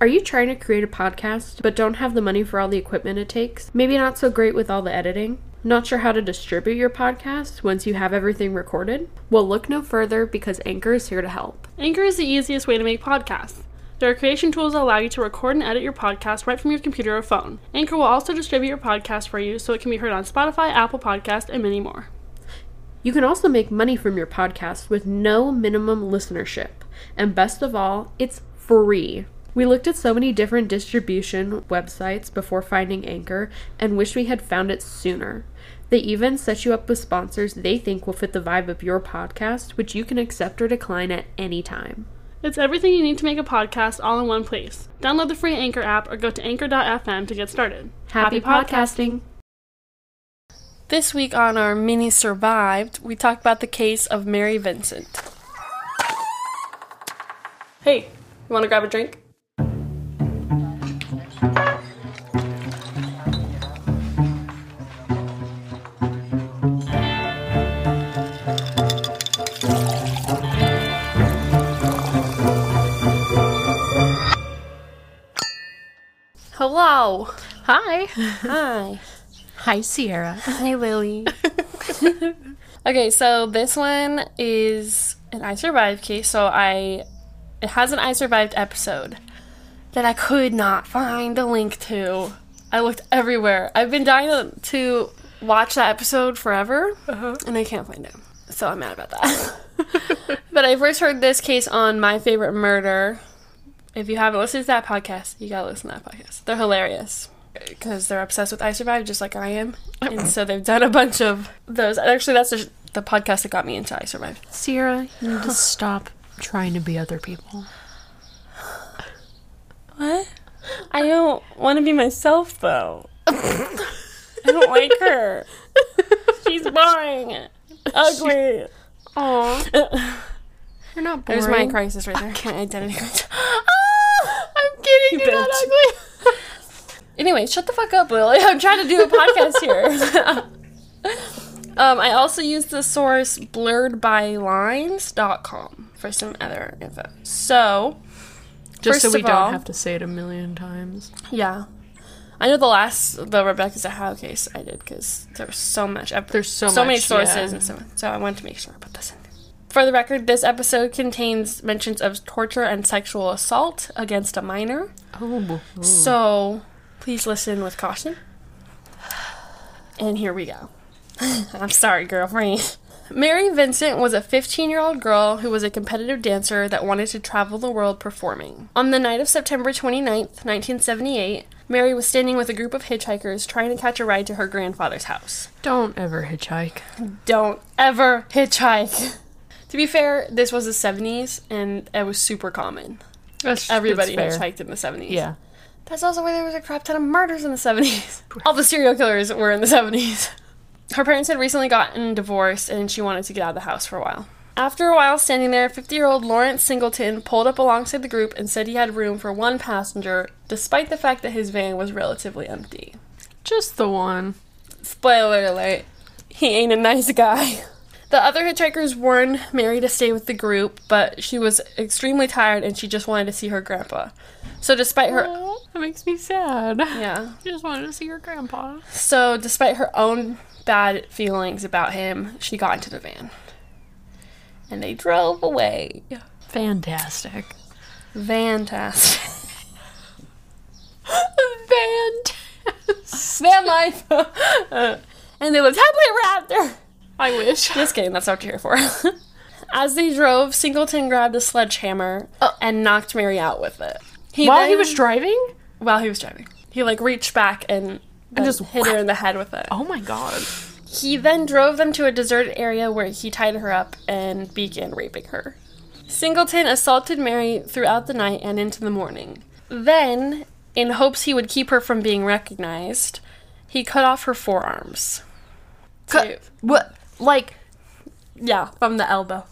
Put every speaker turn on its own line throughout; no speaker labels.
Are you trying to create a podcast but don't have the money for all the equipment it takes? Maybe not so great with all the editing? Not sure how to distribute your podcast once you have everything recorded? Well, look no further because Anchor is here to help.
Anchor is the easiest way to make podcasts. There are creation tools that allow you to record and edit your podcast right from your computer or phone. Anchor will also distribute your podcast for you so it can be heard on Spotify, Apple Podcast, and many more.
You can also make money from your podcast with no minimum listenership. And best of all, it's free. We looked at so many different distribution websites before finding Anchor and wish we had found it sooner. They even set you up with sponsors they think will fit the vibe of your podcast, which you can accept or decline at any time.
It's everything you need to make a podcast all in one place. Download the free Anchor app or go to anchor.fm to get started.
Happy, podcasting.
This week on our mini survived, we talk about the case of Mary Vincent. Hey, you want to grab a drink? Hello.
Hi.
Hi.
Hi, Sierra.
Hey, Lily. okay, so this one is an I survived case. So I, it has an I survived episode that I could not find the link to. I looked everywhere. I've been dying to, to watch that episode forever, and I can't find it. So I'm mad about that. but I first heard this case on My Favorite Murder. If you haven't listened to that podcast, you gotta listen to that podcast. They're hilarious because they're obsessed with I Survived just like I am, and so they've done a bunch of those. Actually, that's the, the podcast that got me into I Survived.
Sierra, you need to stop trying to be other people.
What? I don't want to be myself though. I don't like her. She's boring, ugly.
Aw. You're not boring.
There's my crisis right there. Ah, My identity. crisis.
I'm kidding.
You
You're not
bitch.
ugly.
Anyway, shut the fuck up, Lily. I'm trying to do a podcast here. um, I also use the source blurredbylines.com for some other info. So,
Just
First
so we
of
don't
all-
have to say it a million times.
yeah. I know the last, the Rebecca Zahao case I did because there was so much. ep-
There's so
many
much,
sources
yeah.
and so on. So I wanted to make sure I put this in. For the record, this episode contains mentions of torture and sexual assault against a minor.
Oh,
So please listen with caution. And here we go. I'm sorry, girlfriend. Mary Vincent was a 15 year old girl who was a competitive dancer that wanted to travel the world performing. On the night of September 29th, 1978, Mary was standing with a group of hitchhikers trying to catch a ride to her grandfather's house.
don't ever hitchhike.
Don't ever hitchhike. to be fair, this was the 70s and it was super common.
That's
Everybody
that's fair.
hitchhiked in the 70s.
Yeah,
That's also where there was a crap ton of murders in the 70s. All the serial killers were in the 70s. Her parents had recently gotten divorced and she wanted to get out of the house for a while. After a while standing there, 50 year old Lawrence Singleton pulled up alongside the group and said he had room for one passenger, despite the fact that his van was relatively empty.
just the one.
Spoiler alert, he ain't a nice guy. The other hitchhikers warned Mary to stay with the group, but she was extremely tired and she just wanted to see her grandpa. So, despite her.
that makes me sad.
Yeah.
I just wanted to see your grandpa.
So, despite her own bad feelings about him, she got into the van. And they drove away.
Fantastic.
Fantastic.
Fantastic.
Van life! Uh, and they lived happily ever after!
I wish.
Just kidding, that's not what you're here for. As they drove, Singleton grabbed a sledgehammer and knocked Mary out with it. He
Oh. While he
then-
was driving.
while he was driving, he like reached back and, and
just
just hit her in the head with it.
Oh my god.
He then drove them to a deserted area where he tied her up and began raping her. Singleton assaulted Mary throughout the night and into the morning. Then, in hopes he would keep her from being recognized, he cut off her forearms.
Cut- What? Like,
Yeah, from the elbow.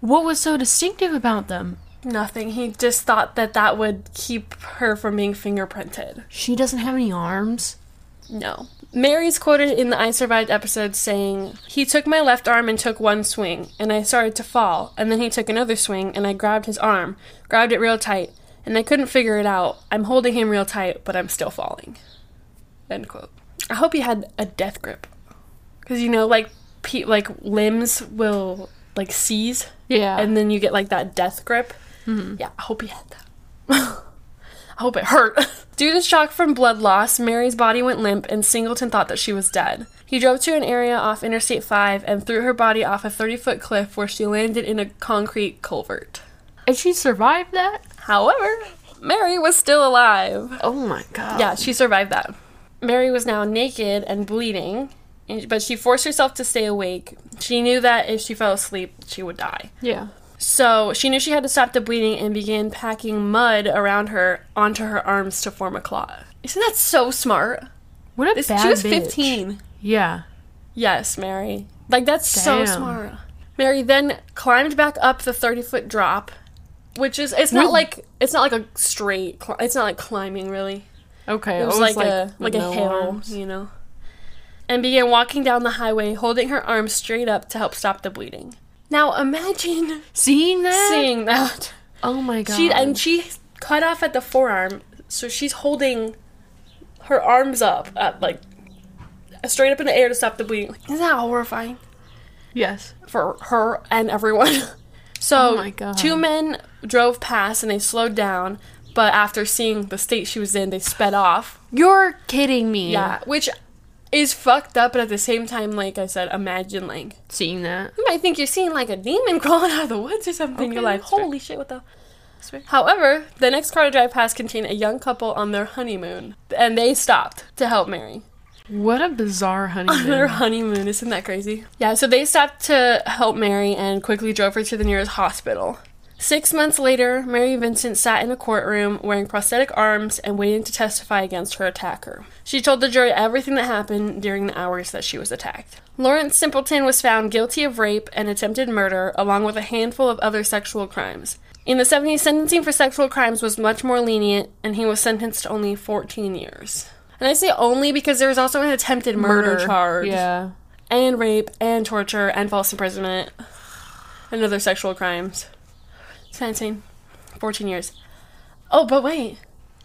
what was so distinctive about them?
Nothing. He just thought that that would keep her from being fingerprinted.
She doesn't have any arms.
No. Mary's quoted in the I Survived episode saying, He took my left arm and took one swing, and I started to fall, and then he took another swing, and I grabbed his arm, grabbed it real tight,
and I couldn't figure it out. I'm holding him real tight, but I'm still falling. End quote. I hope he had a death grip, because you know, like pe- like limbs will like seize,
Yeah.
and then you get like that death grip. Yeah, I hope he had that. I hope it hurt. Due to shock from blood loss, Mary's body went limp, and Singleton thought that she was dead. He drove to an area off Interstate 5 and threw her body off a 30 foot cliff where she landed in a concrete culvert.
and she survived that?
However, Mary was still alive.
Oh my god.
Yeah, she survived that. Mary was now naked and bleeding, and- but she forced herself to stay awake. She knew that if she fell asleep, she would die.
Yeah.
So she knew she had to stop the bleeding and began packing mud around her onto her arms to form a clot. Isn't that so smart?
What a
This,
bad
she was
bitch.
15.
Yeah.
Yes, Mary. Like, that's so
Damn.
smart. Mary then climbed back up the 30 foot drop, which is, it's not
Really?
like, it's not like a straight, cli- it's not like climbing really.
Okay.
It was like, a
with
like a
no
hill,
arms.
you know. And began walking down the highway, holding her arms straight up to help stop the bleeding. Now imagine
Seeing that?
seeing that.
Oh my god.
She and she cut off at the forearm, so she's holding her arms up at like straight up in the air to stop the bleeding. Like, Isn't that horrifying?
yes.
for her and everyone. So,
Oh my God.
two men drove past and they slowed down, but after seeing the state she was in, they sped off.
You're kidding me.
Yeah, which is fucked up, but at the same time, like I said, imagine like
Seeing that.
you might think you're seeing like a demon crawling out of the woods or something.
Okay,
you're like,
that's fair.
holy shit, what the.
fair.
However, the next car to drive past contained a young couple on their honeymoon, and they stopped to help Mary
What a bizarre
on their
honeymoon.
honeymoon. Isn't that crazy? Yeah, so they stopped to help Mary and quickly drove her to the nearest hospital. Six months later, Mary Vincent sat in a courtroom wearing prosthetic arms and waiting to testify against her attacker. She told the jury everything that happened during the hours that she was attacked. Lawrence Simpleton was found guilty of rape and attempted murder, along with a handful of other sexual crimes. In the 70s, sentencing for sexual crimes was much more lenient, and he was sentenced to only 14 years. And I say only because there was also an attempted murder, charge,
Yeah.
and rape, and torture, and false imprisonment, and other sexual crimes. It's not insane. 14 years. Oh, but wait.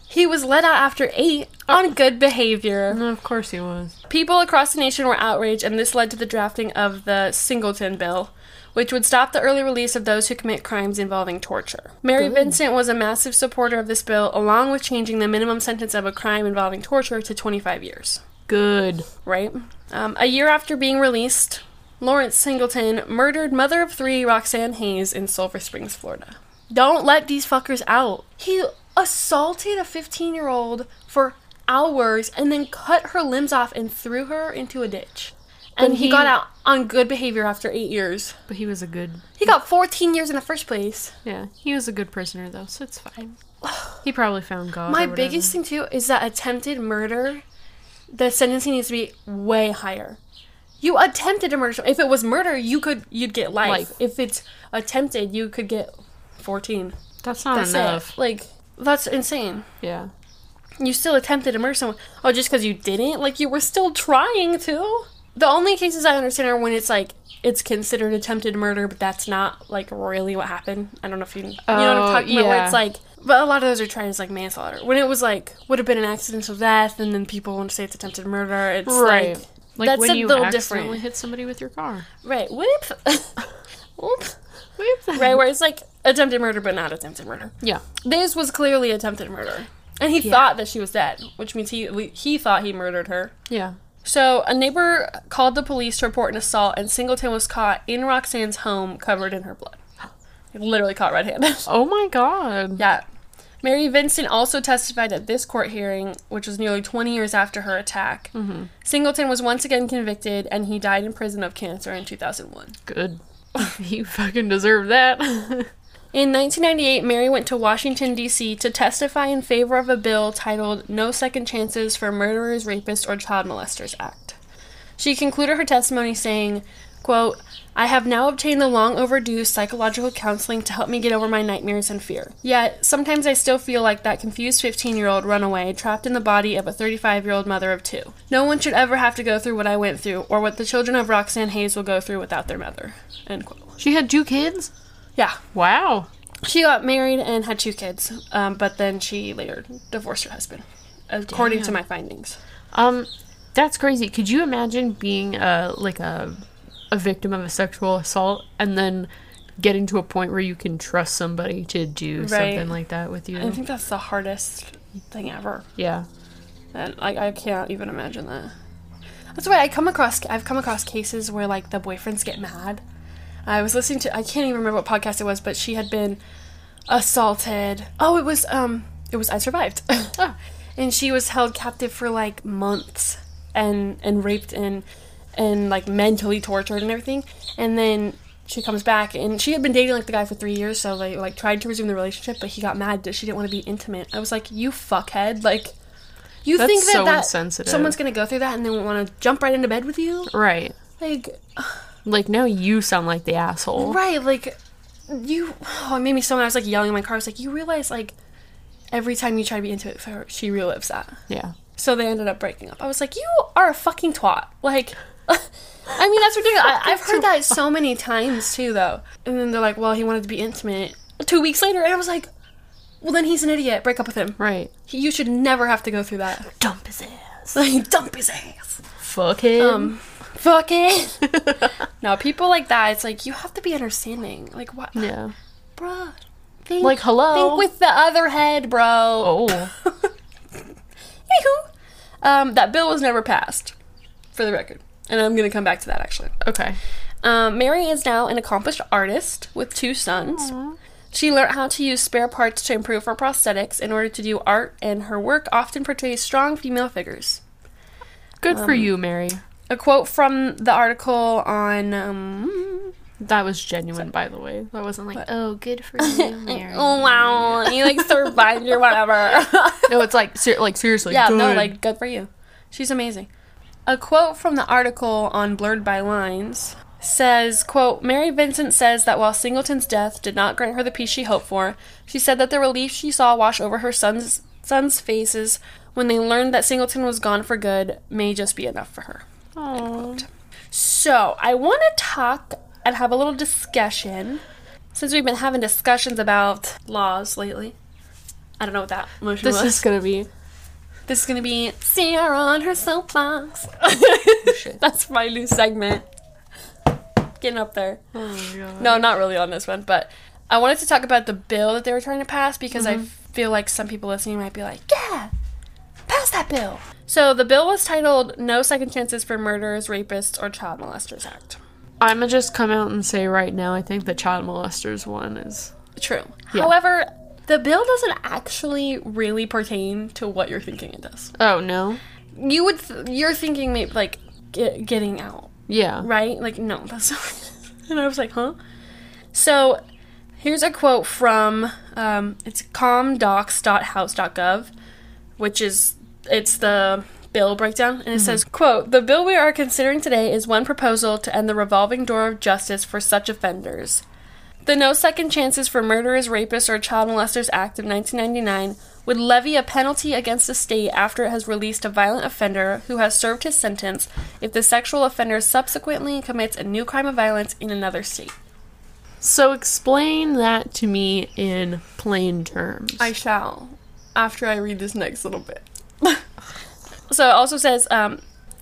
He was let out after eight on good behavior.
Oh. No, of course he was.
People across the nation were outraged, and this led to the drafting of the Singleton Bill, which would stop the early release of those who commit crimes involving torture. Mary Vincent was a massive supporter of this bill, along with changing the minimum sentence of a crime involving torture to 25 years
Good.
right? Um, a year after being released, Lawrence Singleton murdered mother of three Roxanne Hayes in Silver Springs, Florida. Don't let these fuckers out. He assaulted a 15 year old for hours and then cut her limbs off and threw her into a ditch. And he,
he-
got out on good behavior after eight years.
But he was a good
He got 14 years in the first place.
Yeah, he was a good prisoner though, so it's fine. He probably found God. or
My
whatever.
biggest thing too is that attempted murder, the sentencing needs to be way higher. You attempted to murder. someone. If it was murder, you could you'd get life.
Life.
If it's attempted, you could get fourteen.
That's not
That's
enough.
it. Like that's insane.
Yeah.
You still attempted to murder someone. Oh, just because you didn't, like you were still trying to. The only cases I understand are when it's like it's considered attempted murder, but that's not like really what happened. I don't know if you you know what
Oh,
I'm talking about. Where
yeah.
it's like, but a lot of those are tried as like manslaughter. When it was like would have been an accidental death, and then people want to say it's attempted murder. It's
Right.
like,
Like
that's
when
a
you
little
accidentally
different,
hit somebody with your car.
right? Whoop, whoop,
Whoop.
right? Where it's like attempted murder, but not attempted murder.
Yeah.
This was clearly attempted murder. And he thought that she was dead, which means he he thought he murdered her.
Yeah.
So a neighbor called the police to report an assault, and Singleton was caught in Roxanne's home, covered in her blood. Literally caught red-handed.
Oh my God.
yeah. Mary Vincent also testified at this court hearing, which was nearly 20 years after her attack. Singleton was once again convicted, and he died in prison of cancer in 2001.
Good. you fucking deserve that.
In 1998, Mary went to Washington, D.C. to testify in favor of a bill titled No Second Chances for Murderers, Rapists, or Child Molesters Act. She concluded her testimony saying, quote, I have now obtained the long overdue psychological counseling to help me get over my nightmares and fear. Yet, sometimes I still feel like that confused 15 year old runaway trapped in the body of a 35 year old mother of two. No one should ever have to go through what I went through or what the children of Roxanne Hayes will go through without their mother. End quote.
she had two kids.
Yeah.
Wow.
She got married and had two kids, um, but then she later divorced her husband, according to my findings.
Um, that's crazy. Could you imagine being a like a a victim of a sexual assault and then getting to a point where you can trust somebody to do something like that with
I
you?
think that's the hardest thing ever.
Yeah.
And like I can't even imagine that. That's why I come across I've come across cases where like the boyfriends get mad. I was listening to I can't even remember what podcast it was, but she had been assaulted. Oh, it was um it was I survived. And she was held captive for like months and and raped and and like mentally tortured and everything. And then she comes back and she had been dating like the guy for three years, so they like tried to resume the relationship, but he got mad that she didn't want to be intimate. I was like, you fuckhead, like you
That's
think that,
so
that
insensitive.
someone's gonna go through that and then want to jump right into bed with you?
Right.
Like,
Like now you sound like the asshole.
right? Like, you. Oh, it made me so mad. I was like yelling in my car. I was like, you realize like every time you try to be intimate with her, she relives that.
Yeah.
So they ended up breaking up. I was like, you are a fucking twat. Like, I mean, that's ridiculous. I, I've heard that so many times too, though. And then they're like, well, he wanted to be intimate. Two weeks later, and I was like, well, then he's an idiot. Break up with him.
Right.
He, you should never have to go through that.
Dump his ass.
Like, dump his ass.
Fuck him.
Um, fuck it. no, people like that, it's like you have to be understanding. Like what,
yeah.
bruh? Think,
Like, hello?
Think with the other head, bro.
Oh.
Anywho, um, that bill was never passed, for the record, and I'm gonna come back to that actually.
Okay.
Um, Mary is now an accomplished artist with two sons. She learned how to use spare parts to improve her prosthetics in order to do art, and her work often portrays strong female figures.
Good for
Um,
you, Mary.
A quote from the article on um,
That was genuine, by the way. That wasn't like, oh, good for you, Mary.
Oh wow, you like survived or whatever.
no, it's like, ser- like seriously.
yeah, no,
good.
like good for you. She's amazing. A quote from the article on Blurred by Lines says, quote, Mary Vincent says that while Singleton's death did not grant her the peace she hoped for, she said that the relief she saw wash over her son's son's faces when they learned that Singleton was gone for good may just be enough for her.
Aw.
So, I want to talk and have a little discussion since we've been having discussions about laws lately. I don't know what that motion
This
was.
is gonna be
this is going to be Sierra on her soapbox.
Oh, shit.
That's my new segment. Getting up there.
Oh god.
No, not really on this one, but I wanted to talk about the bill that they were trying to pass because I
Mm-hmm.
feel like some people listening might be like, yeah, pass that bill. So, the bill was titled No Second Chances for Murderers, Rapists, or Child Molesters Act.
I'ma just come out and say right now, I think the child molesters one is
True.
Yeah.
However, the bill doesn't actually really pertain to what you're thinking it does.
Oh no.
You would th- you're thinking maybe like ge- getting out,
Yeah.
right? Like no, that's not. and I was like, huh. So, here's a quote from um, it's comdocs.house.gov, which is it's the bill breakdown and it says quote the bill we are considering today is one proposal to end the revolving door of justice for such offenders the No Second Chances for Murderers, Rapists, or Child Molesters Act of 1999 would levy a penalty against the state after it has released a violent offender who has served his sentence if the sexual offender subsequently commits a new crime of violence in another state.
So explain that to me in plain terms.
I shall after I read this next little bit. so it also says um,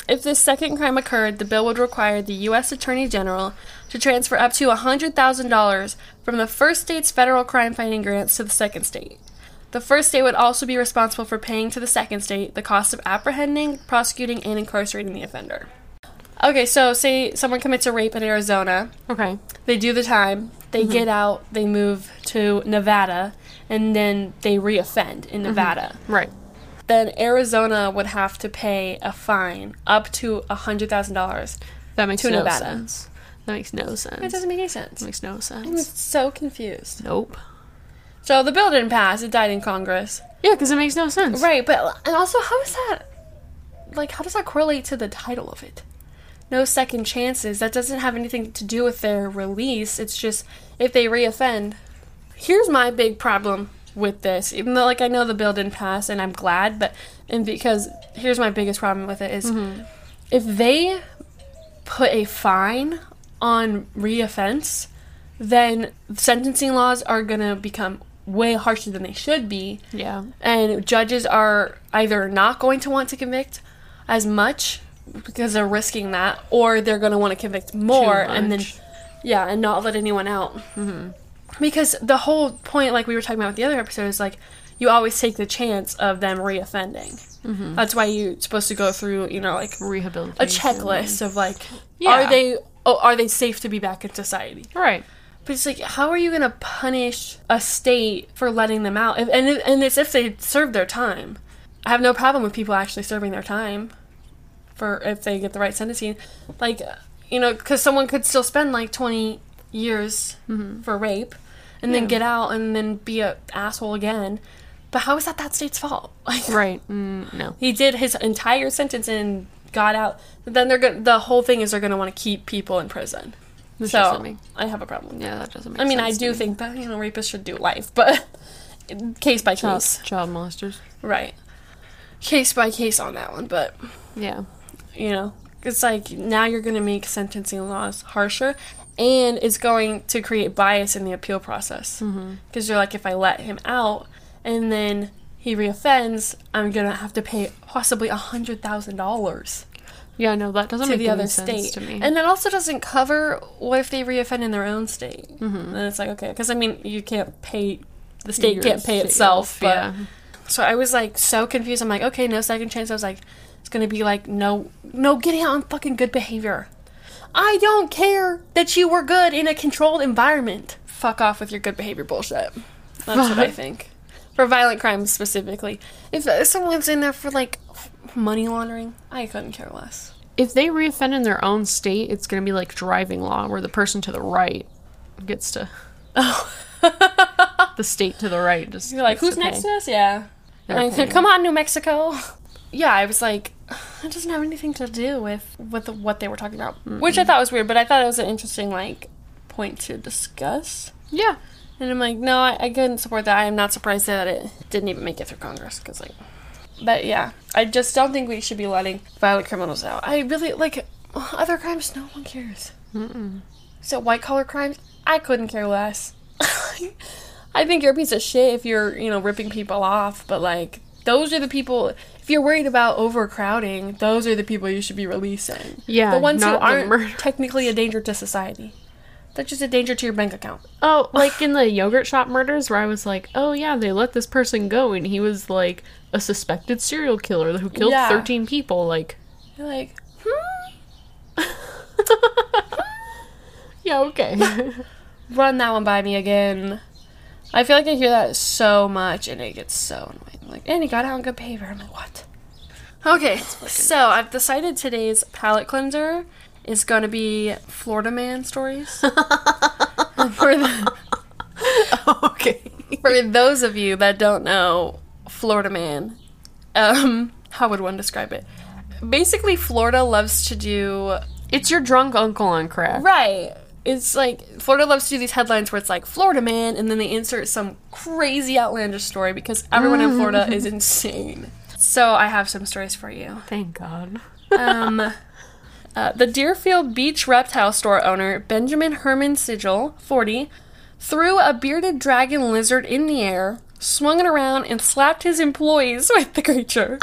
if this second crime occurred, the bill would require the U.S. Attorney General to transfer up to $100,000 from the first state's federal crime fighting grants to the second state. The first state would also be responsible for paying to the second state the cost of apprehending, prosecuting, and incarcerating the offender. Okay, so say someone commits a rape in Arizona,
okay.
they do the time, they
Mm-hmm.
get out, they move to Nevada, and then they reoffend
Mm-hmm.
in Nevada.
Right.
Then Arizona would have to pay a fine up to hundred thousand dollars.
That makes
To
no
Nevada.
sense. That makes no sense.
It doesn't make any sense.
makes no
I'm
sense.
so confused.
Nope.
So the bill didn't pass; it died in Congress.
Yeah, because it makes no sense.
Right, but and also, how is that? Like, how does that correlate to the title of it? No second chances. That doesn't have anything to do with their release. It's just if they reoffend. Here's my big problem with this. Even though, like, I know the bill didn't pass, and I'm glad, but and because here's my biggest problem with it is if they put a fine on reoffense, then sentencing laws are going to become way harsher than they should be.
Yeah.
And judges are either not going to want to convict as much because they're risking that, or they're going to want to convict more and then,
much.
yeah, and not let anyone out. Mm-hmm. Because the whole point, like we were talking about with the other episode, is like you always take the chance of them reoffending. Mm-hmm. That's why you're supposed to go through, you know, like
Rehabilitation.
a checklist of like,
Yeah.
are they oh, are they safe to be back in society?
Right.
But it's like, how are you going to punish a state for letting them out? If, and, and it's if they serve their time. I have no problem with people actually serving their time for if they get the right sentencing. Like, you know, because someone could still spend like 20 years
Mm-hmm.
for rape and then get out and then be a asshole again. But how is that that state's fault? Like,
Right. Mm, no.
he did his entire sentence and got out. Then they're going to the whole thing is they're going to want to keep people in prison.
This doesn't
so
make-
I have a problem. with that.
yeah, that doesn't make
I mean, I
sense to
do
me.
think that you know rapists should do life, but case by
child,
case,
child molesters.
right? Case by case on that one, but
Yeah.
you know, it's like now you're going to make sentencing laws harsher, and it's going to create bias in the appeal process because you're like, if I let him out and then he reoffends, I'm going to have to pay possibly a hundred thousand dollars
Yeah, no, that doesn't
to
make
the
any
other
sense
state.
to me.
And it also doesn't cover what if they reoffend in their own state. Mm-hmm. And it's like, okay, because I mean, you can't pay, the state
Your
can't pay
state
itself. But,
yeah.
So I was like so confused. I'm like, okay, no second chance. I was like, it's going to be like, no, no getting out on fucking good behavior. I don't care that you were good in a controlled environment. Fuck off with your good behavior bullshit. That's what I think. For violent crimes specifically. If uh, someone's in there for like f- money laundering, I couldn't care less.
if they reoffend in their own state, it's going to be like driving law, where the person to the right gets to. Oh. the state to the right. Just
You're like,
gets
who's
to
next
pay.
to us? Yeah.
They're
And I said,
paying.
come on, New Mexico. Yeah, I was like, it doesn't have anything to do with with what they were talking about, which I thought was weird, but I thought it was an interesting like point to discuss.
Yeah.
And I'm like, no, I, I couldn't support that. I am not surprised that it didn't even make it through Congress because like, but yeah, I just don't think we should be letting violent criminals out. I really like other crimes. No one cares. So white collar crimes, I couldn't care less. I think you're a piece of shit if you're, you know, ripping people off, but like those are the people if you're worried about overcrowding, those are the people you should be releasing.
Yeah,
The ones who
not the
aren't
murder-
technically a danger to society. They're just a danger to your bank account.
Oh, like in the yogurt shop murders, where I was like, oh yeah, they let this person go, and he was like a suspected serial killer who killed
Yeah.
13 people. Like,
You're like, hmm,
yeah, okay.
run that one by me again. I feel like I hear that so much and it gets so annoying. Like, and he got out on good behavior. I'm like, what? Okay, so I've decided today's palette cleanser is going to be Florida Man stories. And for, the,
okay.
for those of you that don't know Florida Man, um, how would one describe it? Basically, Florida loves to do
It's your drunk uncle on crack.
Right. It's like Florida loves to do these headlines where it's like Florida man, and then they insert some crazy outlandish story because everyone in Florida is insane. So I have some stories for you.
Thank God.
Um, uh, the Deerfield Beach reptile store owner Benjamin Herman Sigil, 40, threw a bearded dragon lizard in the air, swung it around, and slapped his employees with the creature.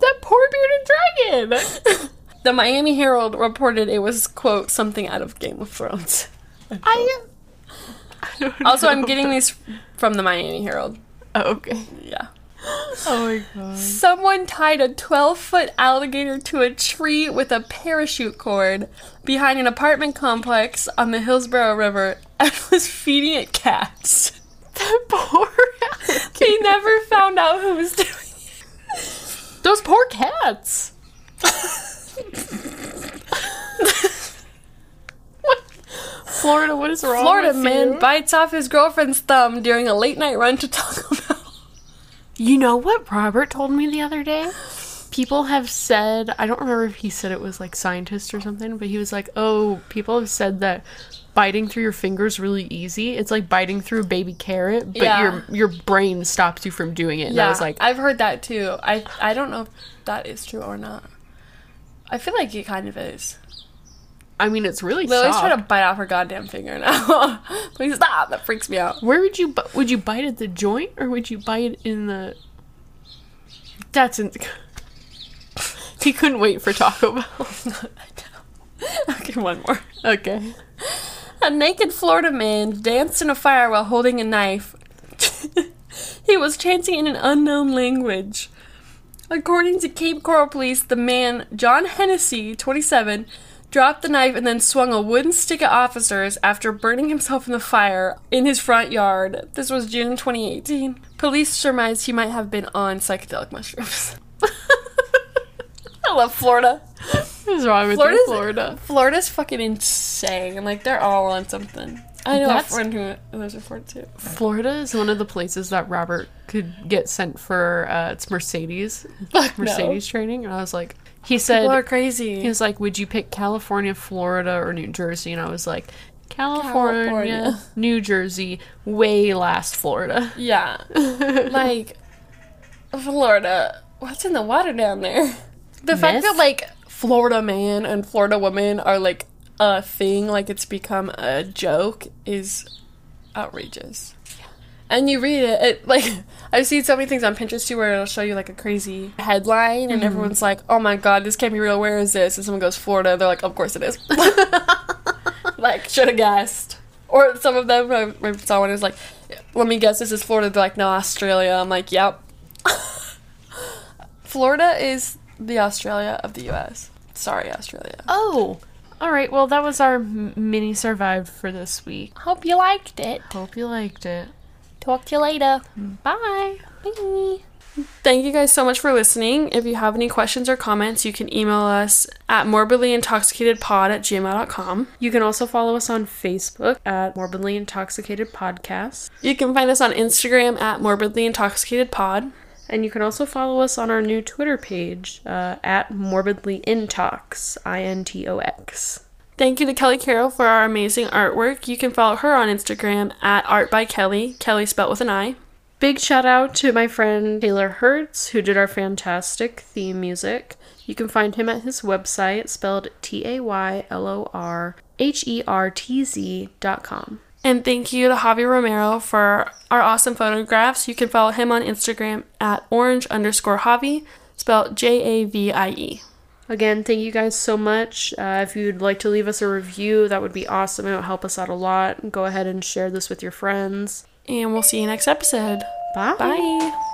That poor bearded dragon!
the Miami Herald reported it was quote something out of Game of Thrones.
I. Oh, I don't
Also,
know.
I'm getting these from the Miami Herald.
Oh, okay.
Yeah.
Oh my god.
Someone tied a 12 foot alligator to a tree with a parachute cord behind an apartment complex on the Hillsborough River and was feeding it cats.
That poor.
They never found out who was doing it.
Those poor cats. what? Florida, what is wrong
Florida
with
man
you?
bites off his girlfriend's thumb during a late night run to Taco Bell.
You know what Robert told me the other day? People have said, I don't remember if he said it was like scientists or something, but he was like, oh, people have said that biting through your fingers really easy. It's like biting through a baby carrot, but
Yeah.
your your brain stops you from doing it. And I was like,
I've heard that too. I, I don't know if that is true or not. I feel like it kind of is.
I mean, it's really
Lily's
soft.
trying to bite off her goddamn finger now. Please stop. That freaks me out.
Where would you bu- would you bite at the joint or would you bite in the? That's in. he couldn't wait for Taco Bell.
okay, one more.
Okay.
A naked Florida man danced in a fire while holding a knife. he was chanting in an unknown language. According to Cape Coral Police, the man, John Hennessy, 27, dropped the knife and then swung a wooden stick at officers after burning himself in the fire in his front yard. This was June 2018. Police surmised he might have been on psychedelic mushrooms. I love Florida.
What's wrong with
Florida's-
you, Florida?
Florida's fucking insane. Like they're all on something. I know
That's-
a friend who lives in Florida too.
Florida is one of the places that Robert could get sent for. Uh, it's Mercedes,
Fuck no.
Mercedes training, and I was like, he
People are
said,
crazy.
he was like, would you pick California, Florida, or New Jersey? And I was like, California,
California.
New Jersey, way last Florida.
yeah, like Florida. What's in the water down there? The fact
Mist?
that like Florida man and Florida woman are like a thing, like it's become a joke, is outrageous. And you read it, it like I've seen so many things on Pinterest too, where it'll show you like a crazy headline, and everyone's like, "Oh my god, this can't be real. Where is this?" And someone goes, "Florida." They're like, "Of course it is." like, should have guessed. Or some of them, I, I saw one who's like, "Let me guess, this is Florida." They're like, "No, Australia." I'm like, "Yep." Florida is the Australia of the U.S. Sorry, Australia.
Oh, all right. Well, that was our m- mini survived for this week.
Hope you liked it.
Hope you liked it.
Talk to you later.
Mm. Bye.
Bye. Thank you guys so much for listening. If you have any questions or comments, you can email us at morbidlyintoxicatedpod at gmail.com.
You can also follow us on Facebook at Morbidly Intoxicated Podcast.
You can find us on Instagram at morbidlyintoxicatedpod.
And you can also follow us on our new Twitter page uh, at Morbidly Intox, I N T O X.
Thank you to Kelly Carroll for our amazing artwork. You can follow her on Instagram at art by Kelly, Kelly spelt with an I.
Big shout out to my friend Taylor Hertz, who did our fantastic theme music. You can find him at his website, spelled T A Y L O R H E R T Z dot com.
And thank you to Javi Romero for our awesome photographs. You can follow him on Instagram at orange underscore Javi, spelled J A V I E.
Again, thank you guys so much. Uh, if you'd like to leave us a review, that would be awesome. It would help us out a lot. Go ahead and share this with your friends.
And we'll see you next episode.
Bye.
Bye.